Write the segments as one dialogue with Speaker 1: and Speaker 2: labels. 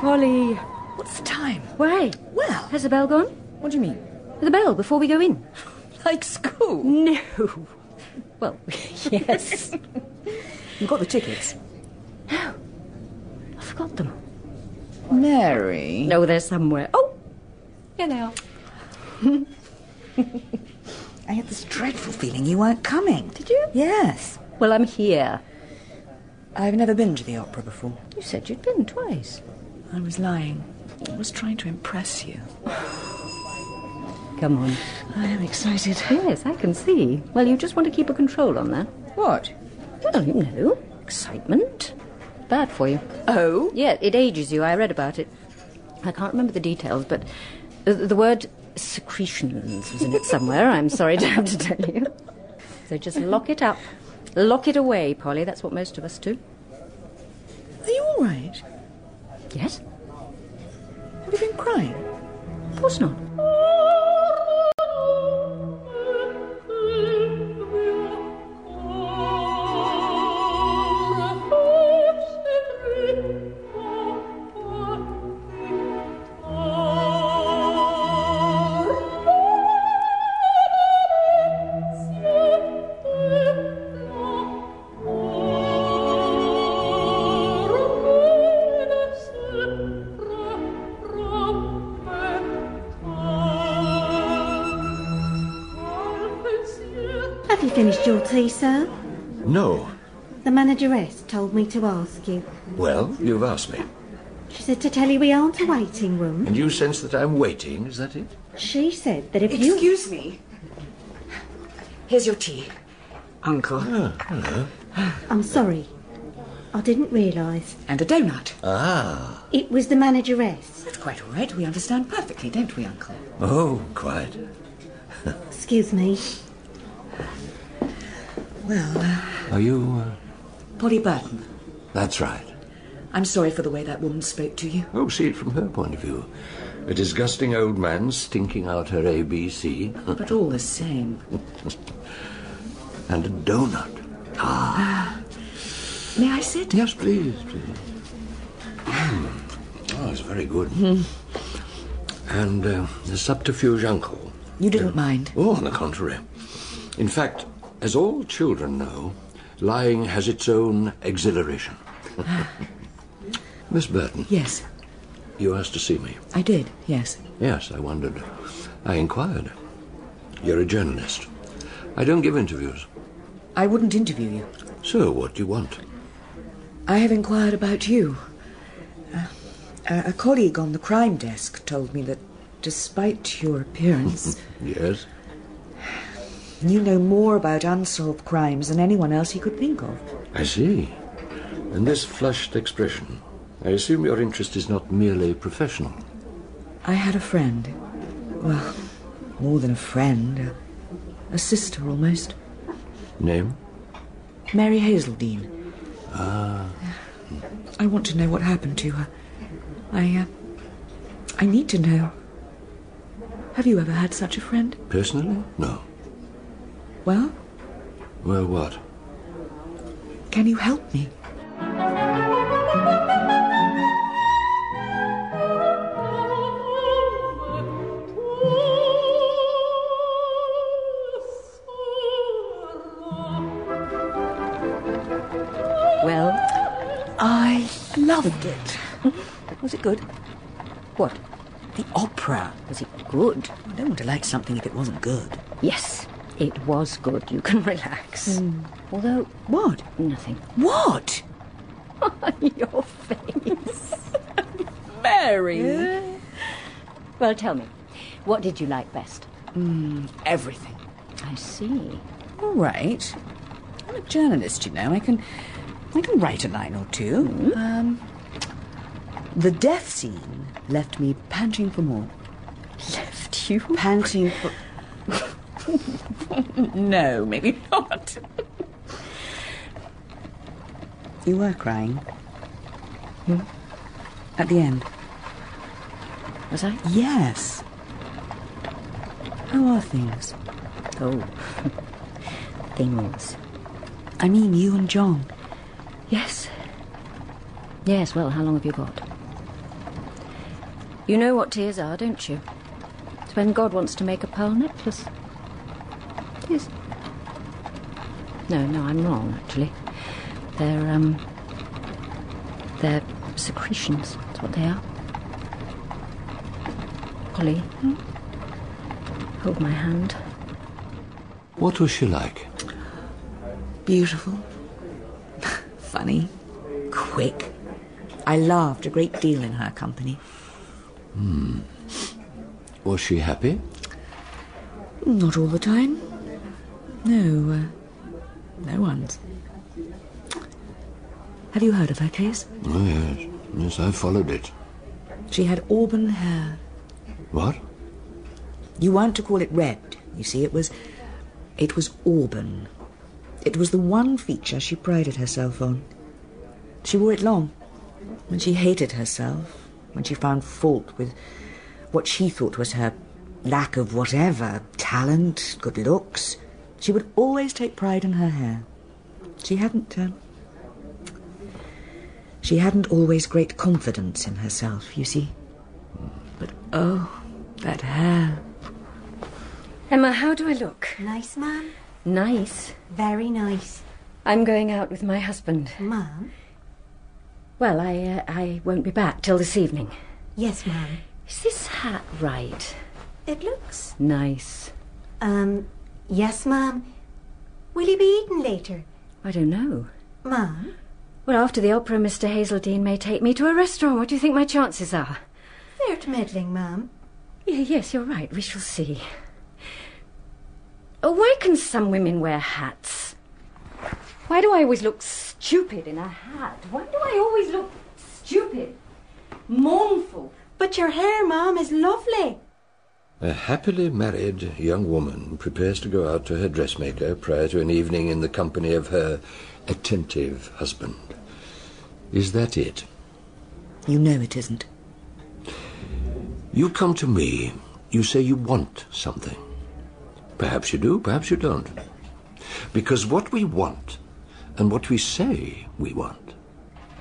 Speaker 1: Polly,
Speaker 2: What's the time?
Speaker 1: why?
Speaker 2: Well,
Speaker 1: Has the bell gone?
Speaker 2: what do you mean?
Speaker 1: The bell before we go in.
Speaker 2: Like school?
Speaker 1: No. Well, yes.
Speaker 2: You got the tickets?
Speaker 1: I forgot them.
Speaker 2: Mary.
Speaker 1: No, they're somewhere. Oh, here they are.
Speaker 2: I had this dreadful feeling you weren't coming. Did you? Yes.
Speaker 1: Well, I'm here.
Speaker 2: I've never been to the opera before.
Speaker 1: You said you'd been twice.
Speaker 2: I was lying. I was trying to impress you.
Speaker 1: Come on.
Speaker 2: I am excited.
Speaker 1: Yes, I can see. Well, you just want to keep a control on that.
Speaker 2: What?
Speaker 1: Well, you know, excitement. Bad for you.
Speaker 2: Oh?
Speaker 1: Yeah, it ages you. I read about it. I can't remember the details, but the, the word secretions was in it somewhere. I'm sorry to have to tell you. So just lock it up. Lock it away, Polly. That's what most of us do.
Speaker 2: Are you all right?
Speaker 1: Yes?
Speaker 2: Have you been crying?
Speaker 1: Of course not.
Speaker 3: Have you finished your tea, sir?
Speaker 4: No.
Speaker 3: The manageress told me to ask you.
Speaker 4: Well, you've asked me.
Speaker 3: She said to tell you we aren't a waiting room.
Speaker 4: And you sense that I'm waiting, is that it?
Speaker 3: She said that if you...
Speaker 5: Excuse me. Here's your tea, Uncle.
Speaker 4: Ah,
Speaker 3: I'm sorry. I didn't realise.
Speaker 5: And a donut.
Speaker 4: Ah.
Speaker 3: It was the manageress.
Speaker 5: That's quite all right. We understand perfectly, don't we, Uncle?
Speaker 4: Oh, quite.
Speaker 3: Excuse me.
Speaker 4: Are you. Uh...
Speaker 5: Polly Burton,
Speaker 4: That's right.
Speaker 5: I'm sorry for the way that woman spoke to you.
Speaker 4: Oh, see it from her point of view. A disgusting old man stinking out her ABC
Speaker 5: But all the same,
Speaker 4: and a donut.
Speaker 5: Ah. may I sit?
Speaker 4: Ah. Yes, please, please. Mm. Oh, it's very good. And uh, the subterfuge uncle.
Speaker 5: You didn't mind.
Speaker 4: Oh, on the contrary. In fact, as all children know, lying has its own exhilaration. Miss Burton,
Speaker 5: Yes,
Speaker 4: you asked to see me.
Speaker 5: I did. Yes.
Speaker 4: Yes, I wondered. I inquired. You're a journalist. I don't give interviews.
Speaker 5: I wouldn't interview you.
Speaker 4: So, what do you want?
Speaker 5: I have inquired about you. Uh, a a colleague on the crime desk told me that despite your appearance,
Speaker 4: Yes?
Speaker 5: you know more about unsolved crimes than anyone else he could think of.
Speaker 4: I see. And this flushed expression, I assume your interest is not merely professional.
Speaker 5: I had a friend. Well, more than a friend, a, a sister almost.
Speaker 4: Name?
Speaker 5: Mary Hazeldean. Ah. I want to know what happened to her. I, uh, I need to know. Have you ever had such a friend?
Speaker 4: Personally? No.
Speaker 5: Well,
Speaker 4: Well, what?
Speaker 5: can you help me?
Speaker 1: Well,
Speaker 5: I loved it. Was it good?
Speaker 1: what?
Speaker 5: The opera.
Speaker 1: Was it good?
Speaker 5: I don't want to like something if it wasn't good.
Speaker 1: Yes, it was good. You can relax. Although,
Speaker 5: Hmm. What?
Speaker 1: nothing.
Speaker 5: What?
Speaker 1: Your face. Mary! Well, tell me, what did you like best? Hmm.
Speaker 5: Everything.
Speaker 1: I see.
Speaker 5: All right. I'm a journalist, you know. I can, I can write a line or 2
Speaker 1: Hmm.
Speaker 5: Um, the death scene left me panting for more.
Speaker 1: Left you?
Speaker 5: Panting for. no, maybe not. you were crying.
Speaker 1: Hmm?
Speaker 5: At the end.
Speaker 1: Was I?
Speaker 5: Yes. How are things?
Speaker 1: Oh. Things.
Speaker 5: I mean, you and John.
Speaker 1: Yes. Yes, well, how long have you got? You know what tears are, don't you? It's when God wants to make a pearl necklace. Yes. No, no, I'm wrong, actually. They're, um. They're secretions. That's what they are. Polly, hold my hand.
Speaker 4: What was she like?
Speaker 2: Beautiful. Funny. Quick. I laughed a great deal in her company.
Speaker 4: Hmm. Was she happy?
Speaker 5: Not all the time. No, uh, no one's. Have you heard of her case?
Speaker 4: Oh, yes. Yes, I followed it.
Speaker 5: She had auburn hair.
Speaker 4: What?
Speaker 2: You weren't to call it red, you see. It was. It was auburn. It was the one feature she prided herself on. She wore it long. When she hated herself, when she found fault with what she thought was her lack of whatever talent, good looks, she would always take pride in her hair. She hadn't. Um, she hadn't always great confidence in herself, you see.
Speaker 5: Oh, that hair.
Speaker 1: Emma, how do I look?
Speaker 3: Nice, ma'am.
Speaker 1: Nice.
Speaker 3: Very nice.
Speaker 1: I'm going out with my husband.
Speaker 3: Ma'am?
Speaker 1: Well, I, uh, I won't be back till this evening.
Speaker 3: Yes, ma'am.
Speaker 1: Is this hat right?
Speaker 3: It looks.
Speaker 1: Nice.
Speaker 3: Um, yes, ma'am. Will he be eaten later?
Speaker 1: I don't know.
Speaker 3: Ma'am?
Speaker 1: Well, after the opera, Mr. Hazeldean may take me to a restaurant. What do you think my chances are?
Speaker 3: Fair to meddling, ma'am.
Speaker 1: Yeah, yes, you're right. We shall see. Oh, why can some women wear hats? Why do I always look stupid in a hat? Why do I always look stupid? Mournful.
Speaker 3: But your hair, ma'am, is lovely.
Speaker 4: A happily married young woman prepares to go out to her dressmaker prior to an evening in the company of her attentive husband. Is that it?
Speaker 2: You know it isn't.
Speaker 4: You come to me. You say you want something. Perhaps you do, perhaps you don't. Because what we want and what we say we want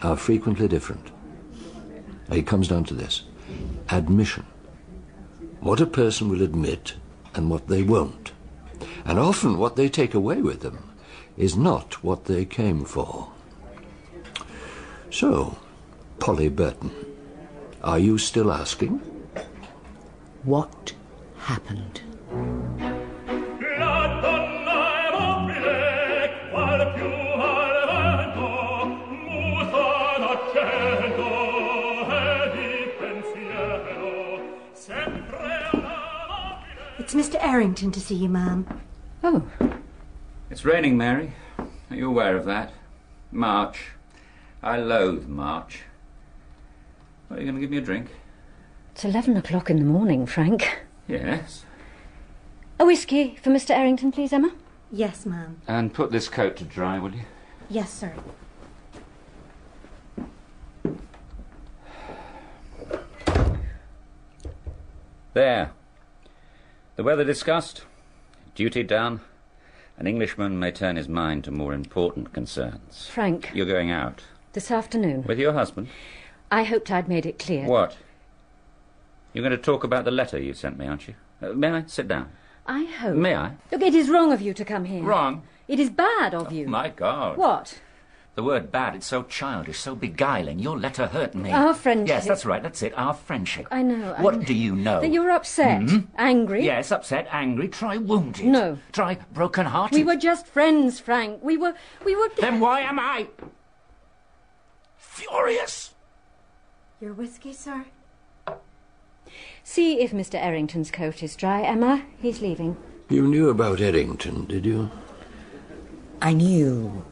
Speaker 4: are frequently different. It comes down to this admission. What a person will admit and what they won't. And often what they take away with them is not what they came for. So, Polly Burton, are you still asking?
Speaker 2: What happened?
Speaker 6: Platanae mobile, qual più al vento, musa d'accento e di pensiero, sempre amabile.
Speaker 3: It's Mr. Errington to see you, ma'am.
Speaker 1: Oh,
Speaker 7: It's raining, Mary. Are you aware of that? March. I loathe March. Are you going to give me a drink?
Speaker 1: it's 11 o'clock in the morning, Frank.
Speaker 7: Yes.
Speaker 1: A whiskey for Mr. Errington, please, Emma.
Speaker 3: Yes, ma'am.
Speaker 7: And put this coat to dry, will you?
Speaker 3: Yes, sir.
Speaker 7: There. The weather discussed, duty done. An Englishman may turn his mind to more important concerns.
Speaker 1: Frank,
Speaker 7: You're going out
Speaker 1: this afternoon.
Speaker 7: with your husband.
Speaker 1: I hoped I'd made it clear.
Speaker 7: What? You're going to talk about the letter you sent me, aren't you? Uh, may I sit down?
Speaker 1: I hope.
Speaker 7: May I?
Speaker 1: Look, it is wrong of you to come here.
Speaker 7: Wrong.
Speaker 1: It is bad of you.
Speaker 7: My God.
Speaker 1: What?
Speaker 7: The word bad, it's so childish, so beguiling. Your letter hurt me.
Speaker 1: Our friendship.
Speaker 7: Yes, that's right, that's it. Our friendship.
Speaker 1: I know, I
Speaker 7: What Mm-hmm.
Speaker 1: know.
Speaker 7: do you know?
Speaker 1: That you're upset, angry.
Speaker 7: Yes, upset, angry, try wounded.
Speaker 1: No.
Speaker 7: Try broken hearted.
Speaker 1: We were just friends, Frank. We were. We were.
Speaker 7: Then why am I furious?
Speaker 3: Your whiskey, sir?
Speaker 1: See if Mr. Errington's coat is dry, Emma. He's leaving.
Speaker 4: You knew about Errington, did you?
Speaker 2: I knew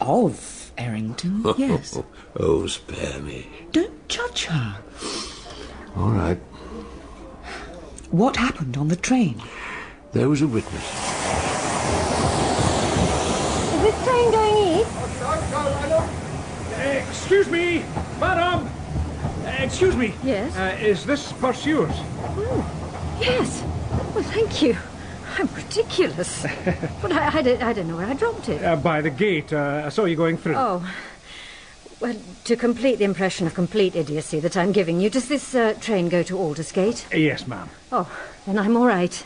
Speaker 2: of Errington, yes.
Speaker 4: oh, spare me.
Speaker 2: Don't judge her.
Speaker 4: All right.
Speaker 2: What happened on the train?
Speaker 4: There was a witness.
Speaker 3: Is this train going east?
Speaker 8: Excuse me, madam. Excuse me.
Speaker 1: Yes?
Speaker 8: Uh, is this pursuers?
Speaker 1: Oh, Yes. Well, thank you. I'm ridiculous. but I, I, don't, I don't know where I dropped it.
Speaker 8: Uh, by the gate. Uh, I saw you going through.
Speaker 1: Oh. Well, to complete the impression of complete idiocy that I'm giving you, does this uh, train go to Aldersgate?
Speaker 8: Yes, ma'am.
Speaker 1: Oh, then I'm all right.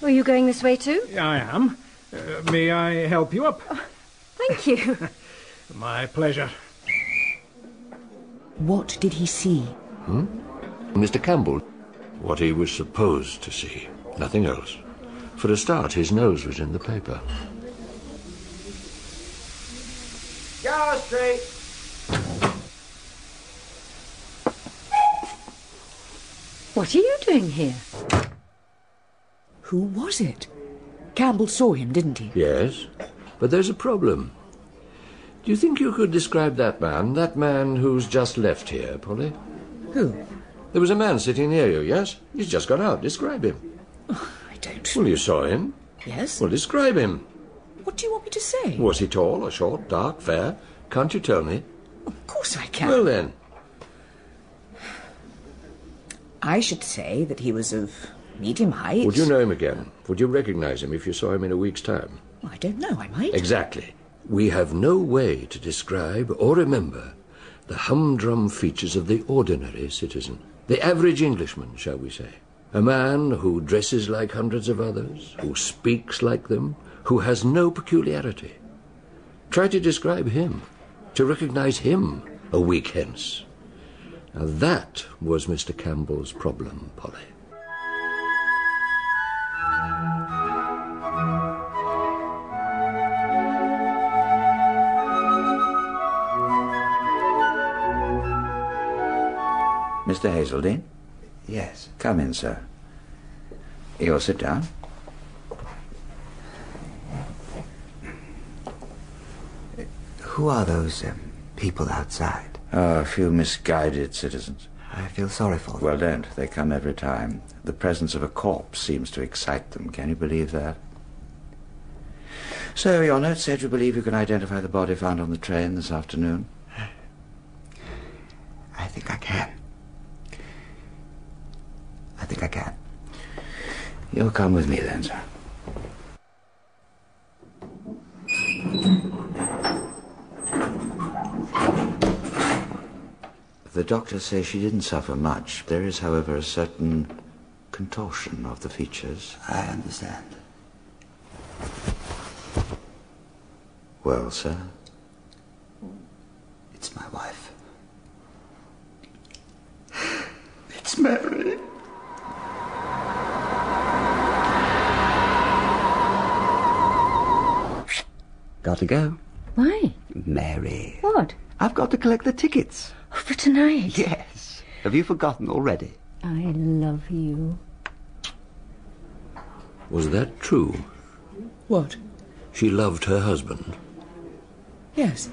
Speaker 1: Were you going this way too?
Speaker 8: I am. Uh, may I help you up?
Speaker 1: Oh, Thank you.
Speaker 8: My pleasure.
Speaker 2: What did he see?
Speaker 4: Mr. Hmm? Campbell, what he was supposed to see, nothing else. For a start, his nose was in the paper.
Speaker 9: Gower Street.
Speaker 1: What are you doing here?
Speaker 5: Who was it? Campbell saw him, didn't he?
Speaker 4: Yes, but there's a problem. Do you think you could describe that man, that man who's just left here, Polly?
Speaker 5: Who?
Speaker 4: There was a man sitting near you, yes? He's just gone out. Describe him.
Speaker 5: I don't.
Speaker 4: Well, you saw him.
Speaker 5: Yes?
Speaker 4: Well, describe him.
Speaker 5: What do you want me to say?
Speaker 4: Was he tall or short, dark, fair? Can't you tell me?
Speaker 5: Of course I can.
Speaker 4: Well, then.
Speaker 5: I should say that he was of medium height.
Speaker 4: Would you know him again? Would you recognize him if you saw him in a week's time?
Speaker 5: I don't know, I might.
Speaker 4: Exactly. We have no way to describe or remember the humdrum features of the ordinary citizen, the average Englishman, shall we say. A man who dresses like hundreds of others, who speaks like them, who has no peculiarity. Try to describe him, to recognize him a week hence. Now that was Mr. Campbell's problem, Polly.
Speaker 9: Mr. Hazeldine?
Speaker 10: Yes.
Speaker 9: Come in, sir. You'll sit down.
Speaker 10: Who are those um, people outside?
Speaker 9: Ah, a few misguided citizens.
Speaker 10: I feel sorry for them.
Speaker 9: Well, don't. They come every time. The presence of a corpse seems to excite them. Can you believe that? So, your note said you believe you can identify the body found on the train this afternoon.
Speaker 10: I think I can. I think I can.
Speaker 9: You'll come with me then, sir. The doctors say she didn't suffer much. There is, however, a certain contortion of the features.
Speaker 10: I understand.
Speaker 9: Well, sir,
Speaker 10: It's my wife. It's Mary. Got to go.
Speaker 1: Why?
Speaker 10: Mary.
Speaker 1: What?
Speaker 10: I've got to collect the tickets.
Speaker 1: Oh, for tonight.
Speaker 10: Yes. Have you forgotten already?
Speaker 1: I love you.
Speaker 4: Was that true?
Speaker 5: What?
Speaker 4: She loved her husband.
Speaker 5: Yes.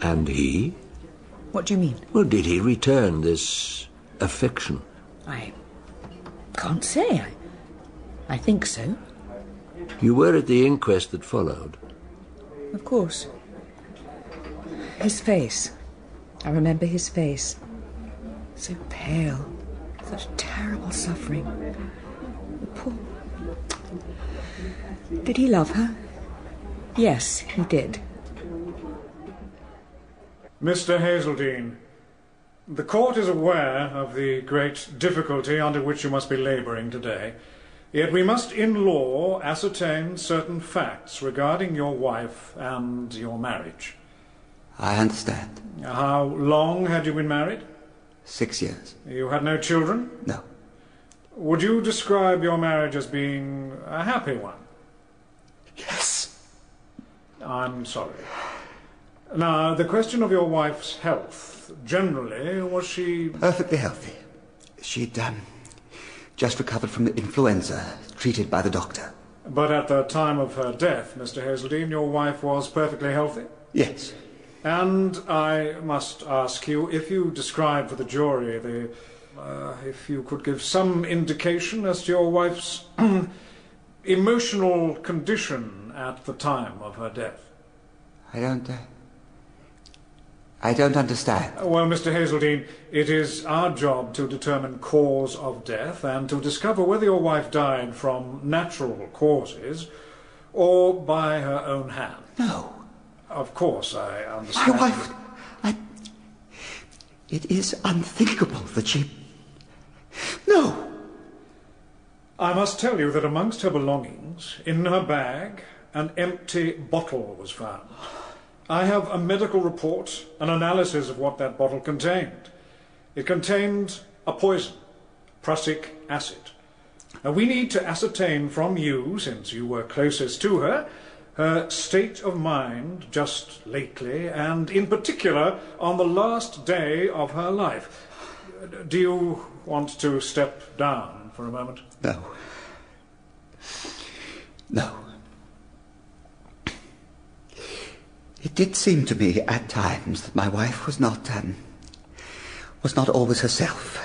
Speaker 4: And he?
Speaker 5: What do you mean?
Speaker 4: Well, did he return this affection?
Speaker 5: I can't say. I, I think so.
Speaker 4: You were at the inquest that followed.
Speaker 5: Of course. His face. I remember his face. So pale. Such terrible suffering. The Poor. Did he love her? Yes, he did.
Speaker 8: Mr. Hazeldine, the court is aware of the great difficulty under which you must be labouring today. Yet we must, in law, ascertain certain facts regarding your wife and your marriage.
Speaker 10: I understand.
Speaker 8: How long had you been married?
Speaker 10: Six years.
Speaker 8: You had no children?
Speaker 10: No.
Speaker 8: Would you describe your marriage as being a happy one?
Speaker 10: Yes.
Speaker 8: I'm sorry. Now, the question of your wife's health. Generally, was she.
Speaker 10: Perfectly healthy. She'd um, just recovered from the influenza, treated by the doctor.
Speaker 8: But at the time of her death, Mr. Hazeldine, your wife was perfectly healthy?
Speaker 10: Yes.
Speaker 8: And I must ask you if you describe for the jury the. Uh, if you could give some indication as to your wife's emotional condition at the time of her death.
Speaker 10: I don't. Uh, I don't understand.
Speaker 8: Well, Mr. Hazeldine, it is our job to determine cause of death and to discover whether your wife died from natural causes or by her own hand.
Speaker 10: No.
Speaker 8: Of course, I
Speaker 10: My
Speaker 8: understand.
Speaker 10: wife. I. It is unthinkable that she. No!
Speaker 8: I must tell you that amongst her belongings, in her bag, an empty bottle was found. I have a medical report, an analysis of what that bottle contained. It contained a poison, prussic acid. Now, we need to ascertain from you, since you were closest to her, her state of mind just lately, and in particular on the last day of her life. Do you want to step down for a moment?
Speaker 10: No. No. It did seem to me at times that my wife was not um, was not always herself.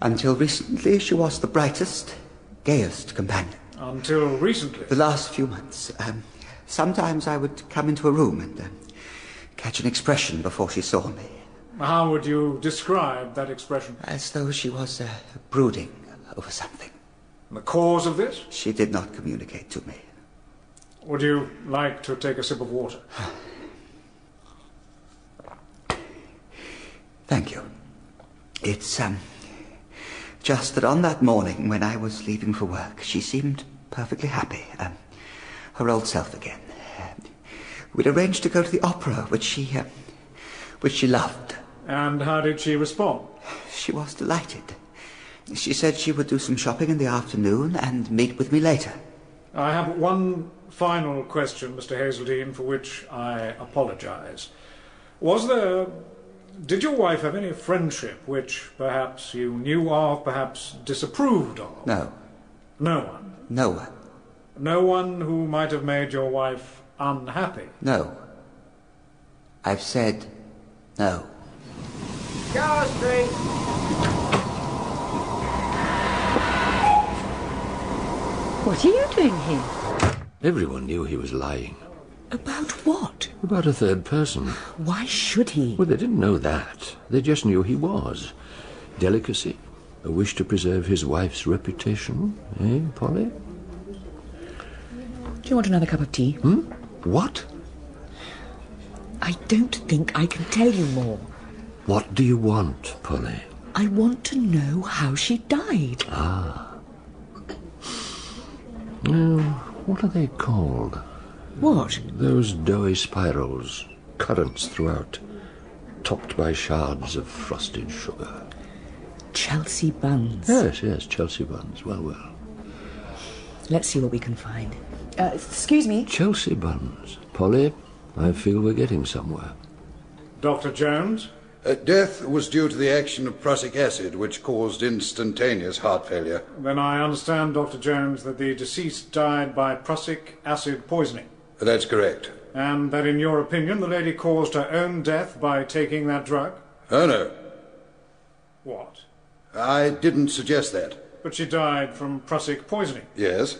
Speaker 10: Until recently, she was the brightest, gayest companion.
Speaker 8: Until recently.
Speaker 10: The last few months, um, sometimes I would come into a room and um, catch an expression before she saw me,
Speaker 8: How would you describe that expression?
Speaker 10: as though she was uh, brooding over something.
Speaker 8: The cause of this?
Speaker 10: She did not communicate to me.
Speaker 8: Would you like to take a sip of water?
Speaker 10: Thank you. It's um just that on that morning when I was leaving for work, she seemed perfectly happy, um, her old self again. Um, We'd arranged to go to the opera, which she um, which she loved.
Speaker 8: And how did she respond?
Speaker 10: She was delighted. She said she would do some shopping in the afternoon and meet with me later.
Speaker 8: I have one final question, Mr. Hazeldine, for which I apologize. Was there. Did your wife have any friendship which perhaps you knew of, perhaps disapproved of?
Speaker 10: No,
Speaker 8: No one.
Speaker 10: no one,
Speaker 8: No one who might have made your wife unhappy.
Speaker 10: no. I've said no.
Speaker 1: What are you doing here?
Speaker 4: Everyone knew he was lying.
Speaker 5: About what?
Speaker 4: About a third person.
Speaker 5: Why should he?
Speaker 4: Well, they didn't know that. They just knew he was. Delicacy, a wish to preserve his wife's reputation, eh, Polly?
Speaker 5: Do you want another cup of tea?
Speaker 4: Hmm? What?
Speaker 5: I don't think I can tell you more.
Speaker 4: What do you want, Polly?
Speaker 5: I want to know how she died.
Speaker 4: Ah. What are they called?
Speaker 5: What?
Speaker 4: Those doughy spirals, currents throughout, topped by shards of frosted sugar.
Speaker 5: Chelsea buns.
Speaker 4: Yes, yes, Chelsea buns. Well, well.
Speaker 5: Let's see what we can find. Uh, excuse me.
Speaker 4: Chelsea buns. Polly, I feel we're getting somewhere.
Speaker 8: Dr. Jones?
Speaker 11: Uh, death was due to the action of prussic acid, which caused instantaneous heart failure.
Speaker 8: Then I understand, Dr. Jones, that the deceased died by prussic acid poisoning,
Speaker 11: That's correct.
Speaker 8: and that in your opinion the lady caused her own death by taking that drug?
Speaker 11: Oh, no.
Speaker 8: What?
Speaker 11: I didn't suggest that.
Speaker 8: But she died from prussic poisoning,
Speaker 11: Yes?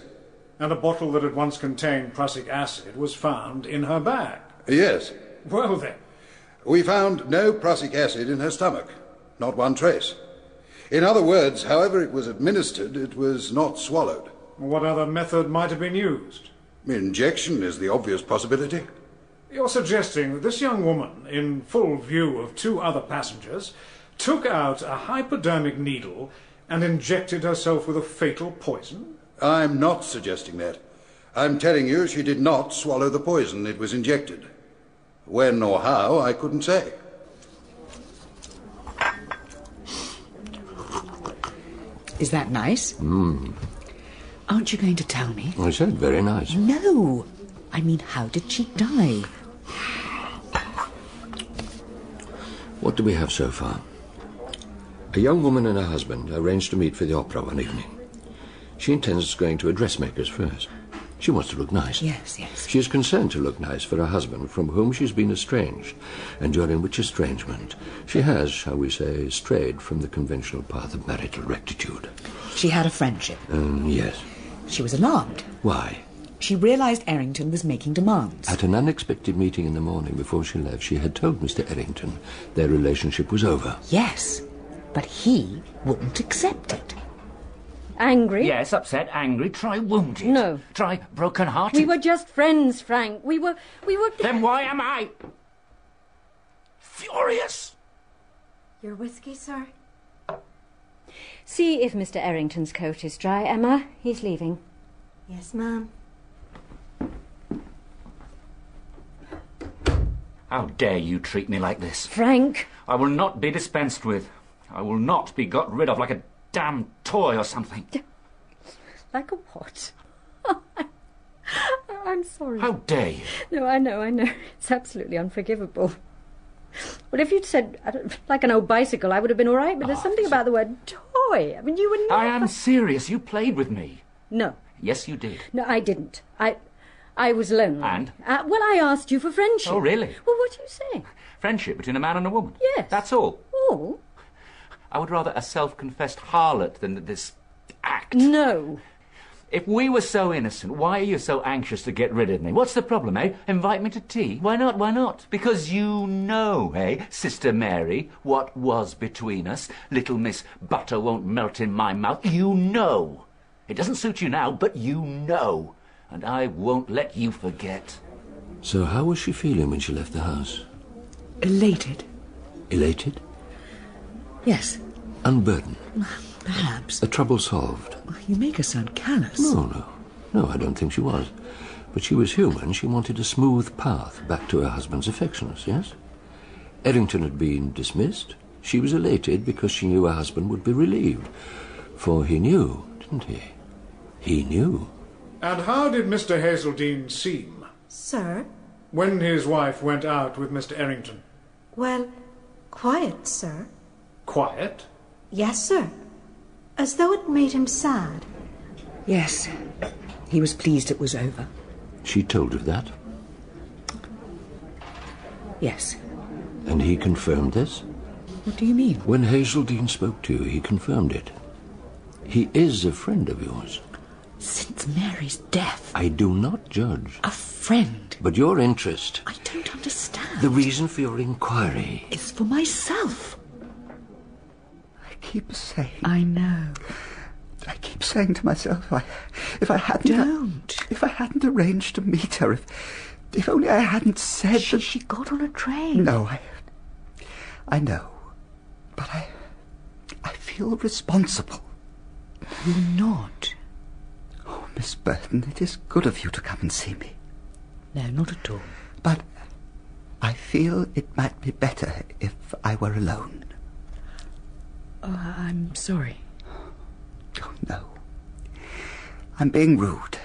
Speaker 8: and a bottle that had once contained prussic acid was found in her bag.
Speaker 11: Yes.
Speaker 8: Well then,
Speaker 11: We found no prussic acid in her stomach. Not one trace. In other words, however it was administered, it was not swallowed.
Speaker 8: what other method might have been used?
Speaker 11: Injection is the obvious possibility.
Speaker 8: You're suggesting that this young woman, in full view of two other passengers, took out a hypodermic needle and injected herself with a fatal poison?
Speaker 11: I'm not suggesting that. I'm telling you she did not swallow the poison it was injected. When or how, I couldn't say.
Speaker 5: Is that nice? Aren't you going to tell me?
Speaker 4: Hmm. I said very nice.
Speaker 5: No. I mean, how did she die?
Speaker 4: What do we have so far? A young woman and her husband arrange to meet for the opera one evening. She intends going to a dressmaker's first. She wants to look nice.
Speaker 5: Yes, yes.
Speaker 4: She is concerned to look nice for her husband, from whom she's been estranged, and during which estrangement she has, shall we say, strayed from the conventional path of marital rectitude.
Speaker 5: She had a friendship.
Speaker 4: Um, yes.
Speaker 5: She was alarmed.
Speaker 4: Why?
Speaker 5: She realised Errington was making demands.
Speaker 4: At an unexpected meeting in the morning before she left, she had told Mr. Errington their relationship was over.
Speaker 5: Yes, but he wouldn't accept it.
Speaker 1: Angry?
Speaker 7: Yes, upset, angry. Try wounded.
Speaker 1: No.
Speaker 7: Try broken hearted.
Speaker 1: We were just friends, Frank. We were. We were.
Speaker 7: Then why am I furious?
Speaker 3: Your whiskey, sir?
Speaker 1: See if Mr. Errington's coat is dry, Emma. He's leaving.
Speaker 3: Yes, ma'am.
Speaker 7: How dare you treat me like this?
Speaker 1: Frank!
Speaker 7: I will not be dispensed with. I will not be got rid of like a damn toy or something.
Speaker 1: Like a what? I'm sorry.
Speaker 7: How dare you?
Speaker 1: No, I know, I know. It's absolutely unforgivable. Well, if you'd said I don't, like an old bicycle, I would have been all right. But
Speaker 7: Oh,
Speaker 1: there's something about the word toy. I mean, you were.
Speaker 7: I am serious. You played with me.
Speaker 1: No,
Speaker 7: Yes, you did.
Speaker 1: no, I didn't. I, I was lonely.
Speaker 7: And?
Speaker 1: Uh, well, I asked you for friendship.
Speaker 7: Oh, really?
Speaker 1: Well, what do you say?
Speaker 7: Friendship between a man and a woman.
Speaker 1: Yes.
Speaker 7: That's all.
Speaker 1: All?
Speaker 7: I would rather a self confessed harlot than this act.
Speaker 1: No.
Speaker 7: If we were so innocent, why are you so anxious to get rid of me? What's the problem, eh? Invite me to tea. Why not? Why not? Because you know, eh, Sister Mary, what was between us. Little Miss Butter won't melt in my mouth. You know. It doesn't suit you now, but you know. And I won't let you forget.
Speaker 4: So, how was she feeling when she left the house?
Speaker 5: Elated.
Speaker 4: Elated?
Speaker 5: Yes,
Speaker 4: Unburdened?
Speaker 5: perhaps.
Speaker 4: A trouble solved?
Speaker 5: You make her sound callous.
Speaker 4: No, no. No, I don't think she was. But she was human. She wanted a smooth path back to her husband's affections, yes? Errington had been dismissed. She was elated because she knew her husband would be relieved. For he knew, didn't he? He knew.
Speaker 8: And how did Mr. Hazeldine seem
Speaker 3: Sir?
Speaker 8: when his wife went out with Mr. Errington?
Speaker 3: Well, quiet, sir.
Speaker 8: Quiet?
Speaker 3: Yes, sir. As though it made him sad.
Speaker 12: Yes. He was pleased it was over.
Speaker 4: She told you that.
Speaker 12: Yes.
Speaker 4: And he confirmed this?
Speaker 5: What do you mean?
Speaker 4: When Hazeldine spoke to you, he confirmed it. He is a friend of yours.
Speaker 5: Since Mary's death,
Speaker 4: I do not judge.
Speaker 5: a friend.
Speaker 4: But your interest,
Speaker 5: I don't understand.
Speaker 4: the reason for your inquiry.
Speaker 5: It's for myself.
Speaker 10: I keep saying,
Speaker 5: I know.
Speaker 10: I keep saying to myself, I, if I hadn't,
Speaker 5: Don't.
Speaker 10: if I hadn't arranged to meet her, if, if only I hadn't said
Speaker 5: She,
Speaker 10: that.
Speaker 5: she got on a train.
Speaker 10: No, I, I know, but I, I feel responsible.
Speaker 5: You're not.
Speaker 10: Oh, Miss Burton, it is good of you to come and see me,
Speaker 5: No, not at all.
Speaker 10: but I feel it might be better if I were alone.
Speaker 5: Oh, I- I'm sorry.
Speaker 10: Oh, no. I'm being rude.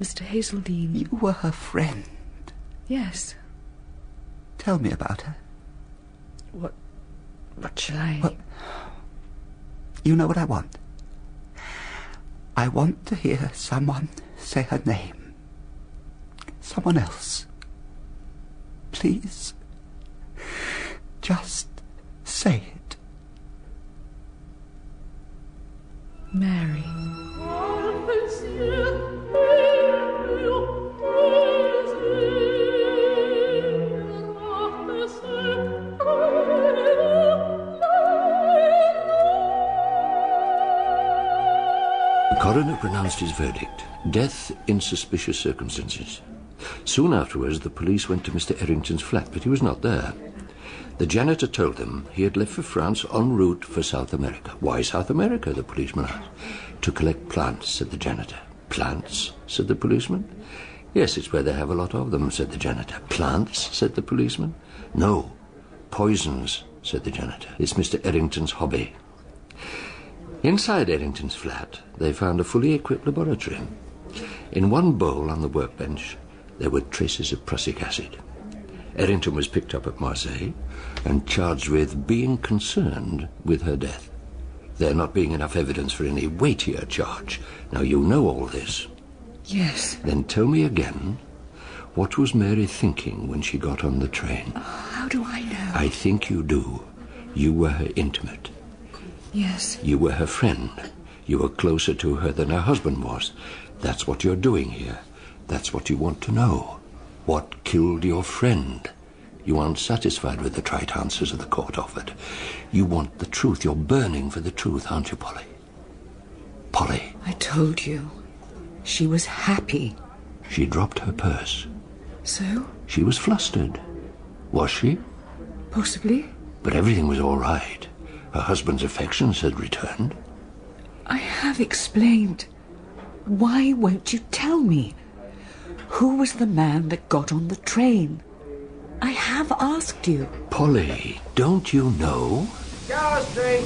Speaker 5: Mr. Hazeldine.
Speaker 10: You were her friend.
Speaker 5: Yes.
Speaker 10: Tell me about her.
Speaker 5: What? What shall I?
Speaker 10: Well- You know what I want. I want to hear someone say her name. Someone else. Please. Just say it.
Speaker 5: Mary.
Speaker 4: The coroner pronounced his verdict death in suspicious circumstances. Soon afterwards, the police went to Mr. Errington's flat, but he was not there. The janitor told them he had left for France en route for South America. Why South America? the policeman asked. To collect plants, said the janitor. Plants? said the policeman. Yes, it's where they have a lot of them, said the janitor. Plants? said the policeman. No, poisons, said the janitor. It's Mr. Errington's hobby. Inside Errington's flat, they found a fully equipped laboratory. In one bowl on the workbench, there were traces of prussic acid. Errington was picked up at Marseille and charged with being concerned with her death. There not being enough evidence for any weightier charge. Now you know all this.
Speaker 5: Yes.
Speaker 4: Then tell me again, what was Mary thinking when she got on the train?
Speaker 5: How do I know?
Speaker 4: I think you do. You were her intimate.
Speaker 5: Yes.
Speaker 4: You were her friend. You were closer to her than her husband was. That's what you're doing here. That's what you want to know. What killed your friend? You aren't satisfied with the trite answers that the court offered. You want the truth. You're burning for the truth, aren't you, Polly? Polly.
Speaker 5: I told you. She was happy.
Speaker 4: She dropped her purse.
Speaker 5: So?
Speaker 4: She was flustered. Was she?
Speaker 5: Possibly.
Speaker 4: But everything was all right. Her husband's affections had returned.
Speaker 5: I have explained. Why won't you tell me? Who was the man that got on the train? I have asked you.
Speaker 4: Polly, don't you know?
Speaker 13: Gower Street.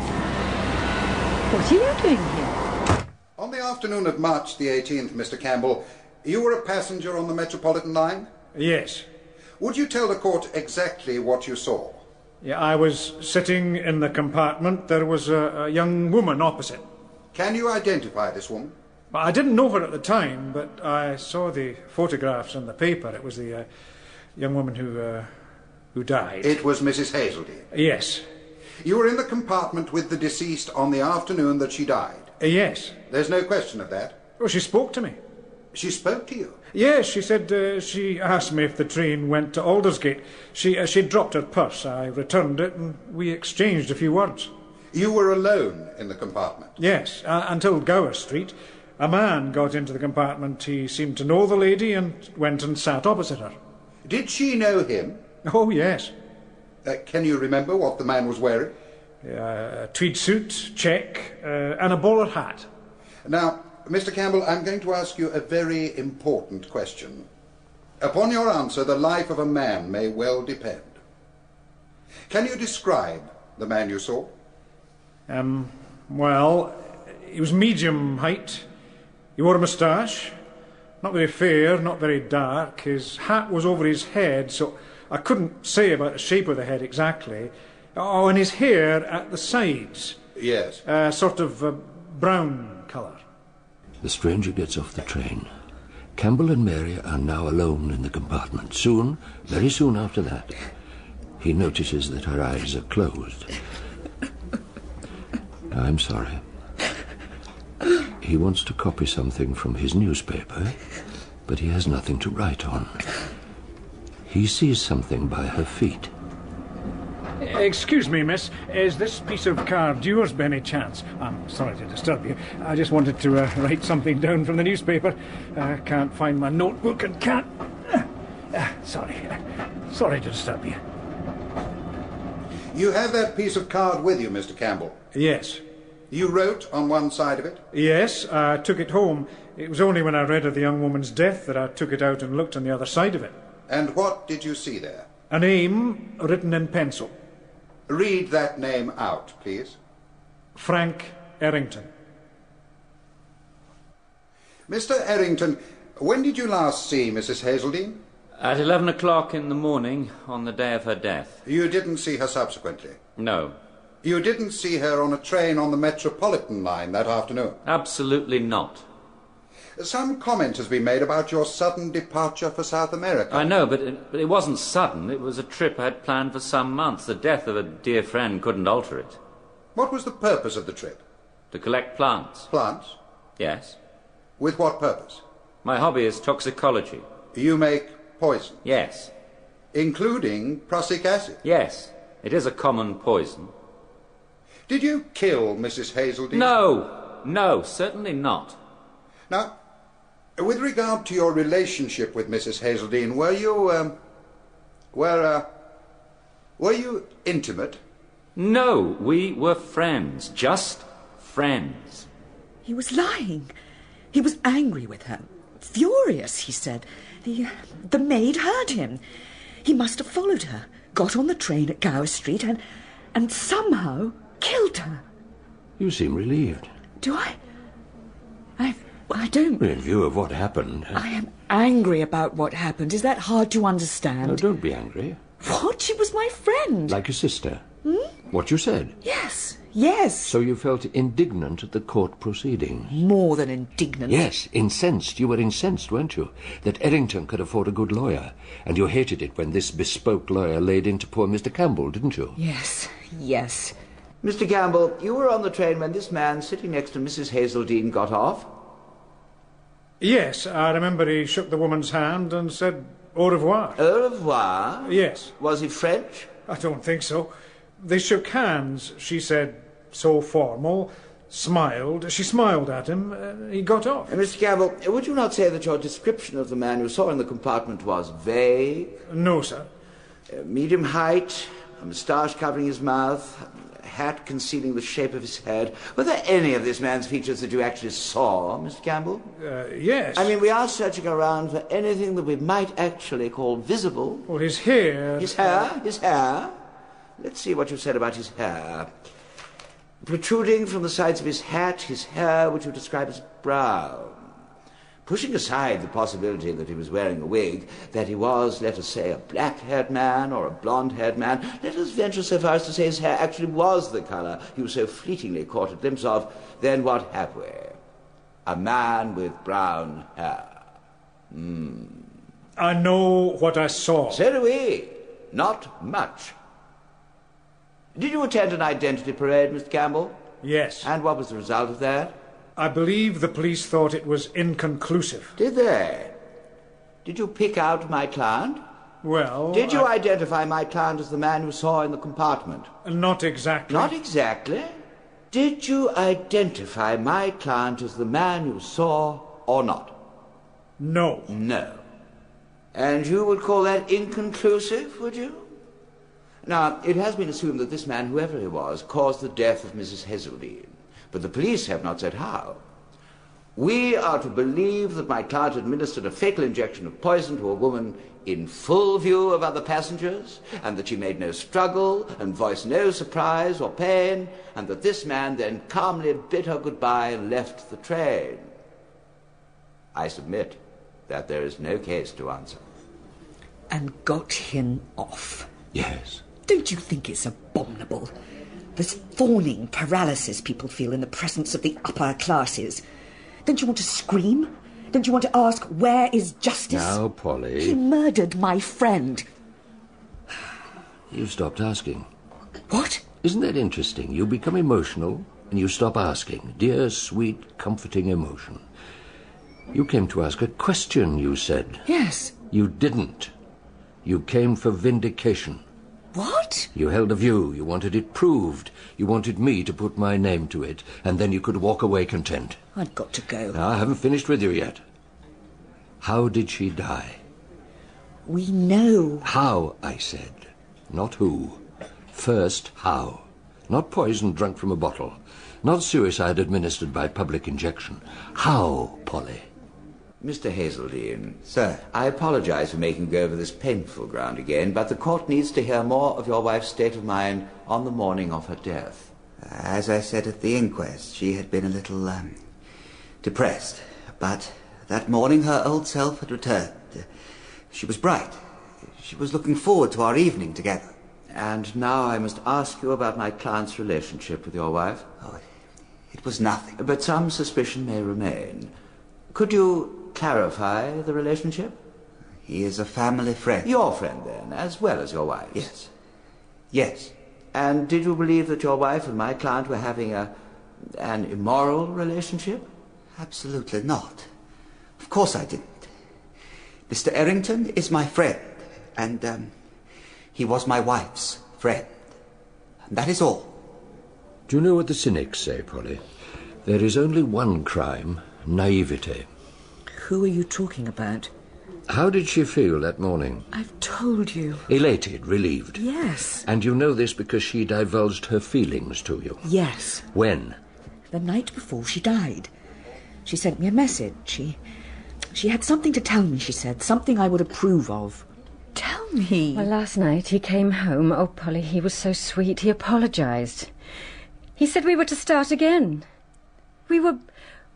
Speaker 1: What are you doing here?
Speaker 11: On the afternoon of March the 18th, Mr. Campbell, you were a passenger on the Metropolitan line?
Speaker 8: Yes.
Speaker 11: Would you tell the court exactly what you saw?
Speaker 8: Yeah, I was sitting in the compartment. There was a, a young woman opposite.
Speaker 11: Can you identify this woman?
Speaker 8: I didn't know her at the time, but I saw the photographs in the paper. It was the uh, young woman who uh, who died.
Speaker 11: It was Mrs. Hazeldine.
Speaker 8: Yes.
Speaker 11: You were in the compartment with the deceased on the afternoon that she died?
Speaker 8: Uh, yes.
Speaker 11: There's no question of that?
Speaker 8: Well, Oh, she spoke to me.
Speaker 11: She spoke to you?
Speaker 8: Yes, she said uh, she asked me if the train went to Aldersgate. She uh, she dropped her purse. I returned it, and we exchanged a few words.
Speaker 11: You were alone in the compartment?
Speaker 8: Yes, uh, until Gower Street. A man got into the compartment. He seemed to know the lady and went and sat opposite her.
Speaker 11: Did she know him?
Speaker 8: Oh, yes.
Speaker 11: Uh, can you remember what the man was wearing?
Speaker 8: Uh, a tweed suit, check, uh, and a bowler hat.
Speaker 11: Now, Mr. Campbell, I'm going to ask you a very important question. Upon your answer, the life of a man may well depend. Can you describe the man you saw?
Speaker 8: Um, well, he was medium height. He wore a moustache. Not very fair, not very dark. His hat was over his head, so I couldn't say about the shape of the head exactly. Oh, and his hair at the sides,
Speaker 11: Yes.
Speaker 8: uh, sort of uh, brown colour.
Speaker 4: The stranger gets off the train. Campbell and Mary are now alone in the compartment. Soon, very soon after that, he notices that her eyes are closed. I'm sorry. He wants to copy something from his newspaper, but he has nothing to write on. He sees something by her feet.
Speaker 8: Excuse me, miss. Is this piece of card yours by any chance? I'm sorry to disturb you. I just wanted to uh, write something down from the newspaper. Uh, can't find my notebook and can't. Uh, sorry. Sorry to disturb you.
Speaker 11: You have that piece of card with you, Mr. Campbell.
Speaker 8: Yes.
Speaker 11: You wrote on one side of it?
Speaker 8: Yes, I took it home. It was only when I read of the young woman's death that I took it out and looked on the other side of it.
Speaker 11: And what did you see there?
Speaker 8: A name written in pencil
Speaker 11: Read that name out, please.
Speaker 8: Frank Errington.
Speaker 11: Mr. Errington, when did you last see Mrs. Hazeldine?
Speaker 7: At 11 o'clock in the morning on the day of her death.
Speaker 11: You didn't see her subsequently.
Speaker 7: No,
Speaker 11: You didn't see her on a train on the Metropolitan line that afternoon.
Speaker 7: absolutely not.
Speaker 11: Some comment has been made about your sudden departure for South America.
Speaker 7: I know, but it, but it wasn't sudden. It was a trip I'd planned for some months. The death of a dear friend couldn't alter it.
Speaker 11: What was the purpose of the trip?
Speaker 7: To collect plants.
Speaker 11: Plants?
Speaker 7: Yes.
Speaker 11: With what purpose?
Speaker 7: My hobby is toxicology.
Speaker 11: You make poison?
Speaker 7: Yes.
Speaker 11: Including prussic acid?
Speaker 7: Yes. It is a common poison.
Speaker 11: Did you kill Mrs. Hazeldine?
Speaker 7: No. No, certainly not.
Speaker 11: Now, with regard to your relationship with Mrs. Hazeldine, were you, um, were, uh, were you intimate?
Speaker 7: No, we were friends. Just friends.
Speaker 5: He was lying. He was angry with her. Furious, he said. The, uh, the maid heard him. He must have followed her, got on the train at Gower Street, and, and somehow killed her.
Speaker 4: You seem relieved.
Speaker 5: Do I? I, I don't.
Speaker 4: In view of what happened.
Speaker 5: I am angry about what happened. Is that hard to understand?
Speaker 4: No, don't be angry.
Speaker 5: What? She was my friend.
Speaker 4: Like a sister.
Speaker 5: Hmm?
Speaker 4: What you said.
Speaker 5: Yes, yes.
Speaker 4: So you felt indignant at the court proceedings?
Speaker 5: More than indignant.
Speaker 4: Yes, incensed. You were incensed, weren't you? That Errington could afford a good lawyer. And you hated it when this bespoke lawyer laid into poor Mr. Campbell, didn't you?
Speaker 5: Yes, yes.
Speaker 13: Mr. Campbell, you were on the train when this man sitting next to Mrs. Hazeldine got off.
Speaker 8: Yes, I remember he shook the woman's hand and said au revoir.
Speaker 13: Au revoir?
Speaker 8: Yes.
Speaker 13: Was he French?
Speaker 8: I don't think so. They shook hands, she said, so formal, smiled. She smiled at him. Uh, he got off.
Speaker 13: Uh, Mr. Campbell, would you not say that your description of the man you saw in the compartment was vague? Uh,
Speaker 8: No, sir.
Speaker 13: medium height, a moustache covering his mouth, a hat concealing the shape of his head. Were there any of this man's features that you actually saw, Mr. Campbell?
Speaker 8: Uh, yes.
Speaker 13: I mean, we are searching around for anything that we might actually call visible.
Speaker 8: Well, his hair.
Speaker 13: His hair? His hair? Let's see what you said about his hair. Protruding from the sides of his hat, his hair, which you describe as brown. Pushing aside the possibility that he was wearing a wig, that he was, let us say, a black haired man or a blond haired man, let us venture so far as to say his hair actually was the colour you so fleetingly caught a glimpse of, then what have we? A man with brown hair. Hmm.
Speaker 8: I know what I saw.
Speaker 13: So do we. Not much. Did you attend an identity parade, Mr. Campbell?
Speaker 8: Yes.
Speaker 13: And what was the result of that?
Speaker 8: I believe the police thought it was inconclusive.
Speaker 13: Did they? Did you pick out my client?
Speaker 8: Well.
Speaker 13: Did you identify my client as the man you saw in the compartment?
Speaker 8: Not exactly.
Speaker 13: Not exactly. Did you identify my client as the man you saw or not?
Speaker 8: No.
Speaker 13: No. And you would call that inconclusive, would you? Now, it has been assumed that this man, whoever he was, caused the death of Mrs. Hazeldine, but the police have not said how. We are to believe that my client administered a fatal injection of poison to a woman in full view of other passengers, and that she made no struggle and voiced no surprise or pain, and that this man then calmly bid her goodbye and left the train. I submit that there is no case to answer.
Speaker 2: And got him off.
Speaker 4: Yes.
Speaker 2: Don't you think it's abominable? This fawning paralysis people feel in the presence of the upper classes. Don't you want to scream? Don't you want to ask, where is justice?
Speaker 4: Now,
Speaker 2: He
Speaker 4: Polly,
Speaker 2: murdered my friend.
Speaker 4: you stopped asking.
Speaker 2: What?
Speaker 4: Isn't that interesting? You become emotional and you stop asking. Dear, sweet, comforting emotion. You came to ask a question, you said.
Speaker 5: Yes.
Speaker 4: You didn't. You came for vindication.
Speaker 2: What?
Speaker 4: You held a view. You wanted it proved. You wanted me to put my name to it, and then you could walk away content.
Speaker 2: I'd got to go.
Speaker 4: Now, I haven't finished with you yet. How did she die?
Speaker 2: We know.
Speaker 4: How, I said. Not who. First, how. Not poison drunk from a bottle. Not suicide administered by public injection. How, Polly?
Speaker 13: Mr. Hazeldine. Sir. I apologize for making you go over this painful ground again, but the court needs to hear more of your wife's state of mind on the morning of her death.
Speaker 10: As I said at the inquest, she had been a little um, depressed, but that morning her old self had returned. She was bright. She was looking forward to our evening together.
Speaker 13: And now I must ask you about my client's relationship with your wife.
Speaker 10: Oh, it was nothing.
Speaker 13: But some suspicion may remain. Could you clarify the relationship?
Speaker 10: He is a family friend.
Speaker 13: Your friend, then, as well as your wife's?
Speaker 10: Yes. Yes.
Speaker 13: And did you believe that your wife and my client were having a, an immoral relationship?
Speaker 10: Absolutely not. Of course I didn't. Mr. Errington is my friend, and um, he was my wife's friend. And that is all.
Speaker 4: Do you know what the cynics say, Polly? There is only one crime naivety.
Speaker 2: Who are you talking about?
Speaker 4: How did she feel that morning?
Speaker 5: I've told you.
Speaker 4: Elated, relieved.
Speaker 5: Yes.
Speaker 4: And you know this because she divulged her feelings to you.
Speaker 2: Yes.
Speaker 4: When?
Speaker 2: The night before she died. She sent me a message. She. She had something to tell me, she said, something I would approve of.
Speaker 1: Tell me. Well, last night he came home. Oh, Polly, he was so sweet. He apologised. He said we were to start again. We were,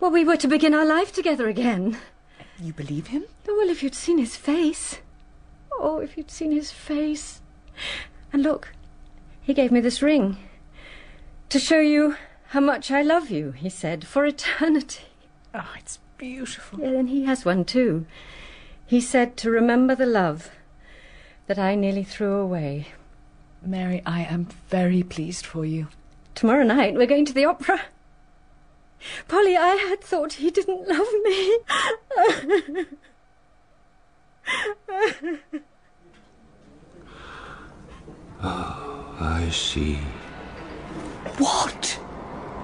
Speaker 1: well, we were to begin our life together again.
Speaker 5: You believe him?
Speaker 1: Oh, Well, if you'd seen his face. Oh, if you'd seen his face. And look, he gave me this ring. To show you how much I love you, he said, for eternity.
Speaker 5: Oh, it's beautiful.
Speaker 1: Yeah, then he has one too. He said to remember the love that I nearly threw away.
Speaker 5: Mary, I am very pleased for you.
Speaker 1: Tomorrow night we're going to the opera. Polly, I had thought he didn't love me.
Speaker 10: Ah,
Speaker 4: I see.
Speaker 2: What?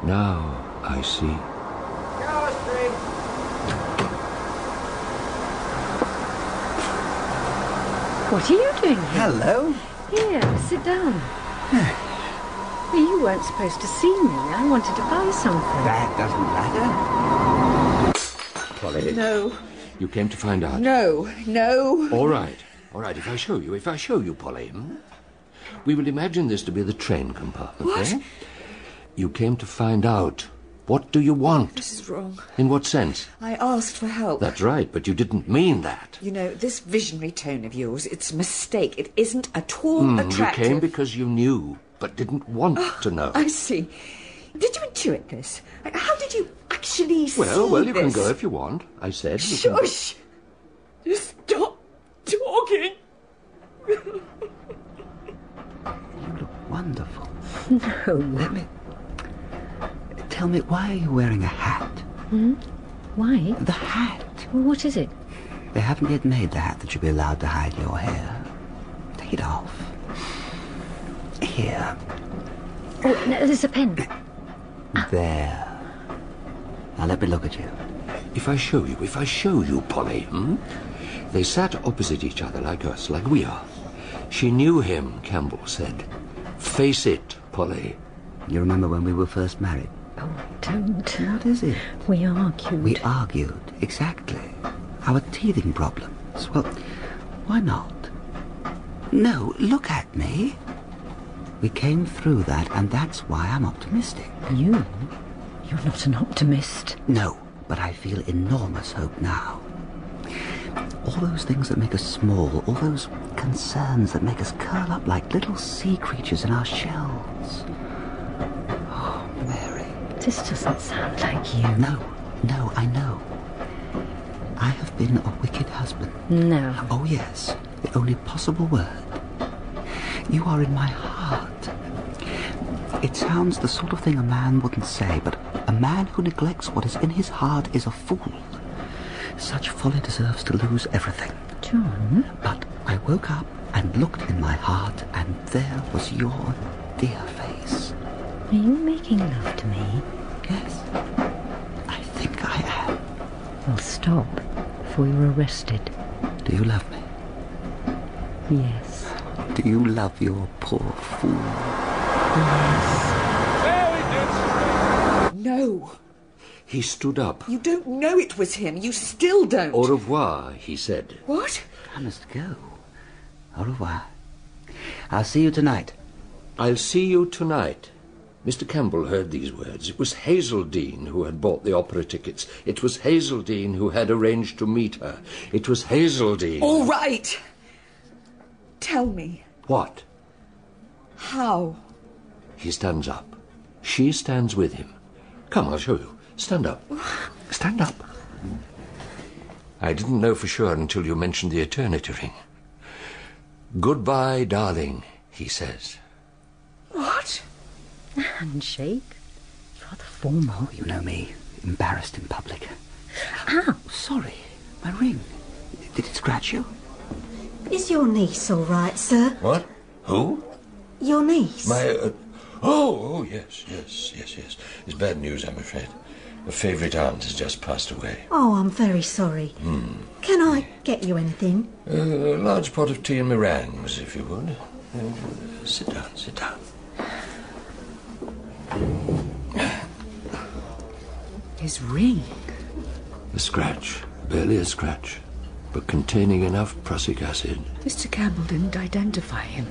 Speaker 4: Now I see.
Speaker 1: What are you doing here?
Speaker 10: Hello.
Speaker 1: Here, sit down. Well, you weren't supposed to see me. I wanted to buy something.
Speaker 10: That doesn't matter.
Speaker 4: Polly.
Speaker 5: No.
Speaker 4: You came to find out.
Speaker 5: No, no.
Speaker 4: All right. All right, if I show you, if I show you, Polly. hmm? We will imagine this to be the train compartment.
Speaker 5: What?
Speaker 4: eh? You came to find out. What do you want?
Speaker 5: This is wrong.
Speaker 4: In what sense?
Speaker 5: I asked for help.
Speaker 4: That's right, but you didn't mean that.
Speaker 5: You know, this visionary tone of yours, it's a mistake. It isn't at all
Speaker 4: Hmm,
Speaker 5: attractive. Ah,
Speaker 4: You came because you knew, but didn't want to know.
Speaker 5: I see. Did you intuit this? Like, How did you actually see
Speaker 4: Well, well, you can
Speaker 5: this?
Speaker 4: go if you want. I said. you can go.
Speaker 5: Shush! Stop talking!
Speaker 10: Wonderful.
Speaker 1: No.
Speaker 10: Tell me, why are you wearing a hat?
Speaker 1: Hmm? Why?
Speaker 10: The hat.
Speaker 1: Well, what is it?
Speaker 10: They haven't yet made the hat that should be allowed to hide your hair. Take it off. Here.
Speaker 1: Oh, no, there's a pen.
Speaker 10: There. Now let me look at you.
Speaker 4: If I show you, if I show you, Polly, hmm? They sat opposite each other like us, like we are. She knew him, Campbell said. Face it, Polly.
Speaker 10: You remember when we were first married?
Speaker 1: Don't.
Speaker 10: What is it?
Speaker 1: We argued.
Speaker 10: We argued, exactly. Our teething problems. Well, why not? No, look at me. We came through that, and that's why I'm optimistic.
Speaker 1: You? You're not an optimist.
Speaker 10: No, but I feel enormous hope now. All those things that make us small, all those concerns that make us curl up like little sea creatures in our shells. Oh, Mary.
Speaker 1: This doesn't sound like you.
Speaker 10: No, no, I know. I have been a wicked husband.
Speaker 1: No.
Speaker 10: Oh, yes, the only possible word. You are in my heart. It sounds the sort of thing a man wouldn't say, but a man who neglects what is in his heart is a fool. Such folly deserves to lose everything.
Speaker 1: John?
Speaker 10: But I woke up and looked in my heart, and there was your dear face.
Speaker 1: Are you making love to me?
Speaker 10: Yes. I think I am.
Speaker 1: Well, stop before you're arrested.
Speaker 10: Do you love me?
Speaker 1: Yes.
Speaker 10: Do you love your poor fool?
Speaker 5: No,
Speaker 4: He stood up.
Speaker 5: you don't know it was him. You still don't.
Speaker 4: Au revoir, he said.
Speaker 5: What?
Speaker 10: I must go. Au revoir. I'll see you tonight.
Speaker 4: I'll see you tonight. Mr. Campbell heard these words. It was Hazeldine who had bought the opera tickets. It was Hazeldine who had arranged to meet her. It was Hazeldine.
Speaker 5: All right. Tell me
Speaker 4: What?
Speaker 5: how.
Speaker 4: He stands up. She stands with him. Come, I'll show you. Stand up. Stand up. I didn't know for sure until you mentioned the eternity ring. Goodbye, darling, he says.
Speaker 5: What?
Speaker 1: Handshake? Rather formal.
Speaker 10: You know me, embarrassed in public.
Speaker 3: Ah,
Speaker 1: How?
Speaker 10: Sorry, my ring. Did it scratch you?
Speaker 3: Is your niece all right, sir?
Speaker 4: What? Who?
Speaker 3: Your niece?
Speaker 4: My. Uh, oh, oh, yes, yes, yes, yes. It's bad news, I'm afraid. A favourite aunt has just passed away.
Speaker 3: Oh, I'm very sorry.
Speaker 4: Hmm.
Speaker 3: Can I get you anything?
Speaker 4: Uh, a large pot of tea and meringues, if you would. Uh, sit down, sit down.
Speaker 5: His ring.
Speaker 4: A scratch, barely a scratch, but containing enough prussic acid.
Speaker 5: Mr. Campbell didn't identify him.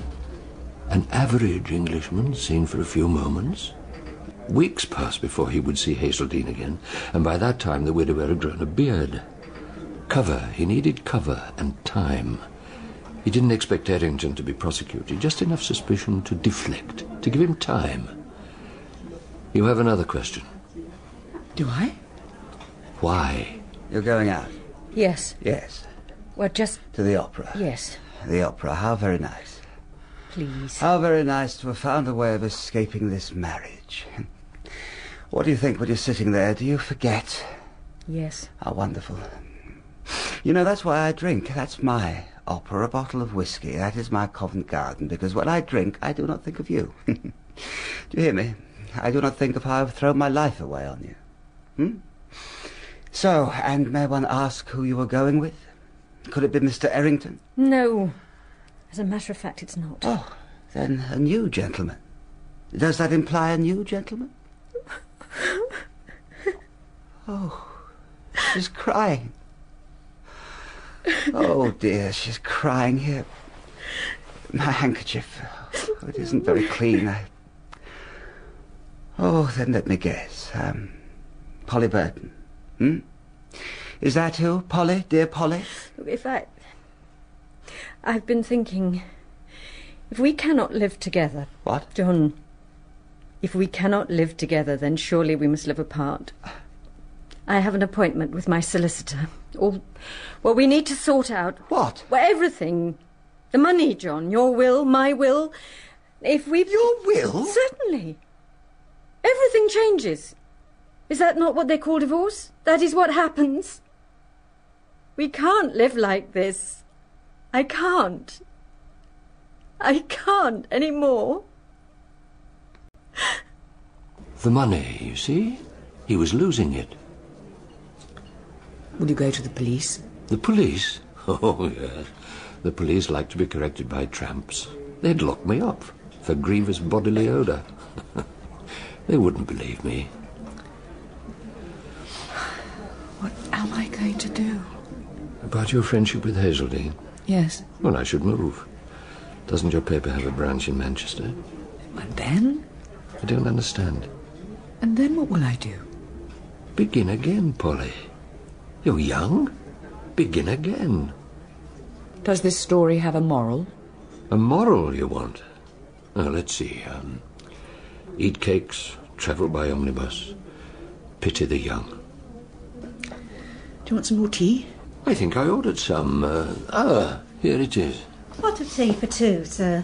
Speaker 4: An average Englishman seen for a few moments. Weeks passed before he would see Hazeldine again, and by that time the widower had grown a beard. Cover, he needed cover and time. He didn't expect Errington to be prosecuted, just enough suspicion to deflect, to give him time. You have another question.
Speaker 5: Do I?
Speaker 4: Why?
Speaker 10: You're going out?
Speaker 1: Yes.
Speaker 10: Yes.
Speaker 1: Well, just.
Speaker 10: To the opera.
Speaker 1: Yes,
Speaker 10: The opera. How very nice.
Speaker 1: please.
Speaker 10: How very nice to have found a way of escaping this marriage. What do you think when you're sitting there? Do you forget?
Speaker 1: Yes.
Speaker 10: Ah, How wonderful. You know, that's why I drink. That's my up or a bottle of whisky. That is my Covent Garden, because when I drink, I do not think of you. do you hear me? I do not think of how I've thrown my life away on you. Hmm? So, and may one ask who you were going with? Could it be Mr. Errington?
Speaker 1: No. As a matter of fact, it's not.
Speaker 10: Oh. Then a new gentleman. Does that imply a new gentleman? Oh, she's crying. Oh dear, she's crying here. My handkerchief. Oh, it isn't very clean. I... Oh, then let me guess. Um, Polly Burton. Hmm? Is that who? Polly, dear Polly?
Speaker 1: If I. I've been thinking. If we cannot live together.
Speaker 10: What?
Speaker 1: John. If we cannot live together, then surely we must live apart. I have an appointment with my solicitor. All, well, we need to sort out.
Speaker 10: What?
Speaker 1: Well, everything. The money, John. Your will, my will. If we. Your
Speaker 10: will?
Speaker 1: Certainly. Everything changes. Is that not what they call divorce? That is what happens. We can't live like this. I can't. I can't anymore.
Speaker 4: The money, you see? He was losing it.
Speaker 5: Will you go to the police?
Speaker 4: The police? Oh, yes. The police like to be corrected by tramps. They'd lock me up for grievous bodily odour. they wouldn't believe me.
Speaker 5: What am I going to do?
Speaker 4: About your friendship with Hazeldine?
Speaker 5: Yes.
Speaker 4: Well, I should move. Doesn't your paper have a branch in Manchester?
Speaker 5: And then?
Speaker 4: I don't understand.
Speaker 5: And then what will I do?
Speaker 4: Begin again, Polly. You're young. Begin again.
Speaker 5: Does this story have a moral?
Speaker 4: A moral you want? Now, let's see. Um, eat cakes, travel by omnibus, pity the young.
Speaker 5: Do you want some more tea?
Speaker 4: I think I ordered some. Uh, ah, here it is.
Speaker 3: Pot of tea for two, sir.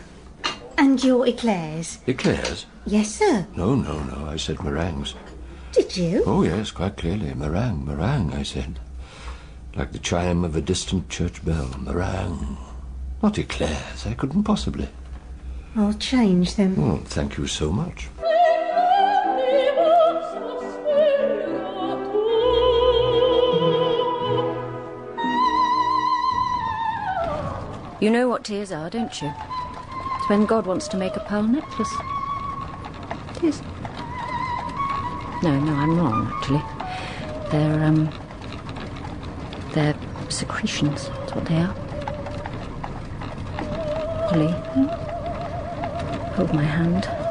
Speaker 3: And your eclairs.
Speaker 4: Eclairs?
Speaker 3: Yes, sir.
Speaker 4: No, no, no. I said meringues.
Speaker 3: Did you?
Speaker 4: Oh, yes, quite clearly. Meringue, meringue, I said. Like the chime of a distant church bell. Meringue. Not eclairs. I couldn't possibly.
Speaker 3: I'll change them.
Speaker 4: Oh, thank you so much.
Speaker 1: You know what tears are, don't you? It's when God wants to make a pearl necklace. Tears. No, no, I'm wrong, actually. They're, um. They're secretions. That's what they are. Polly, hold my hand.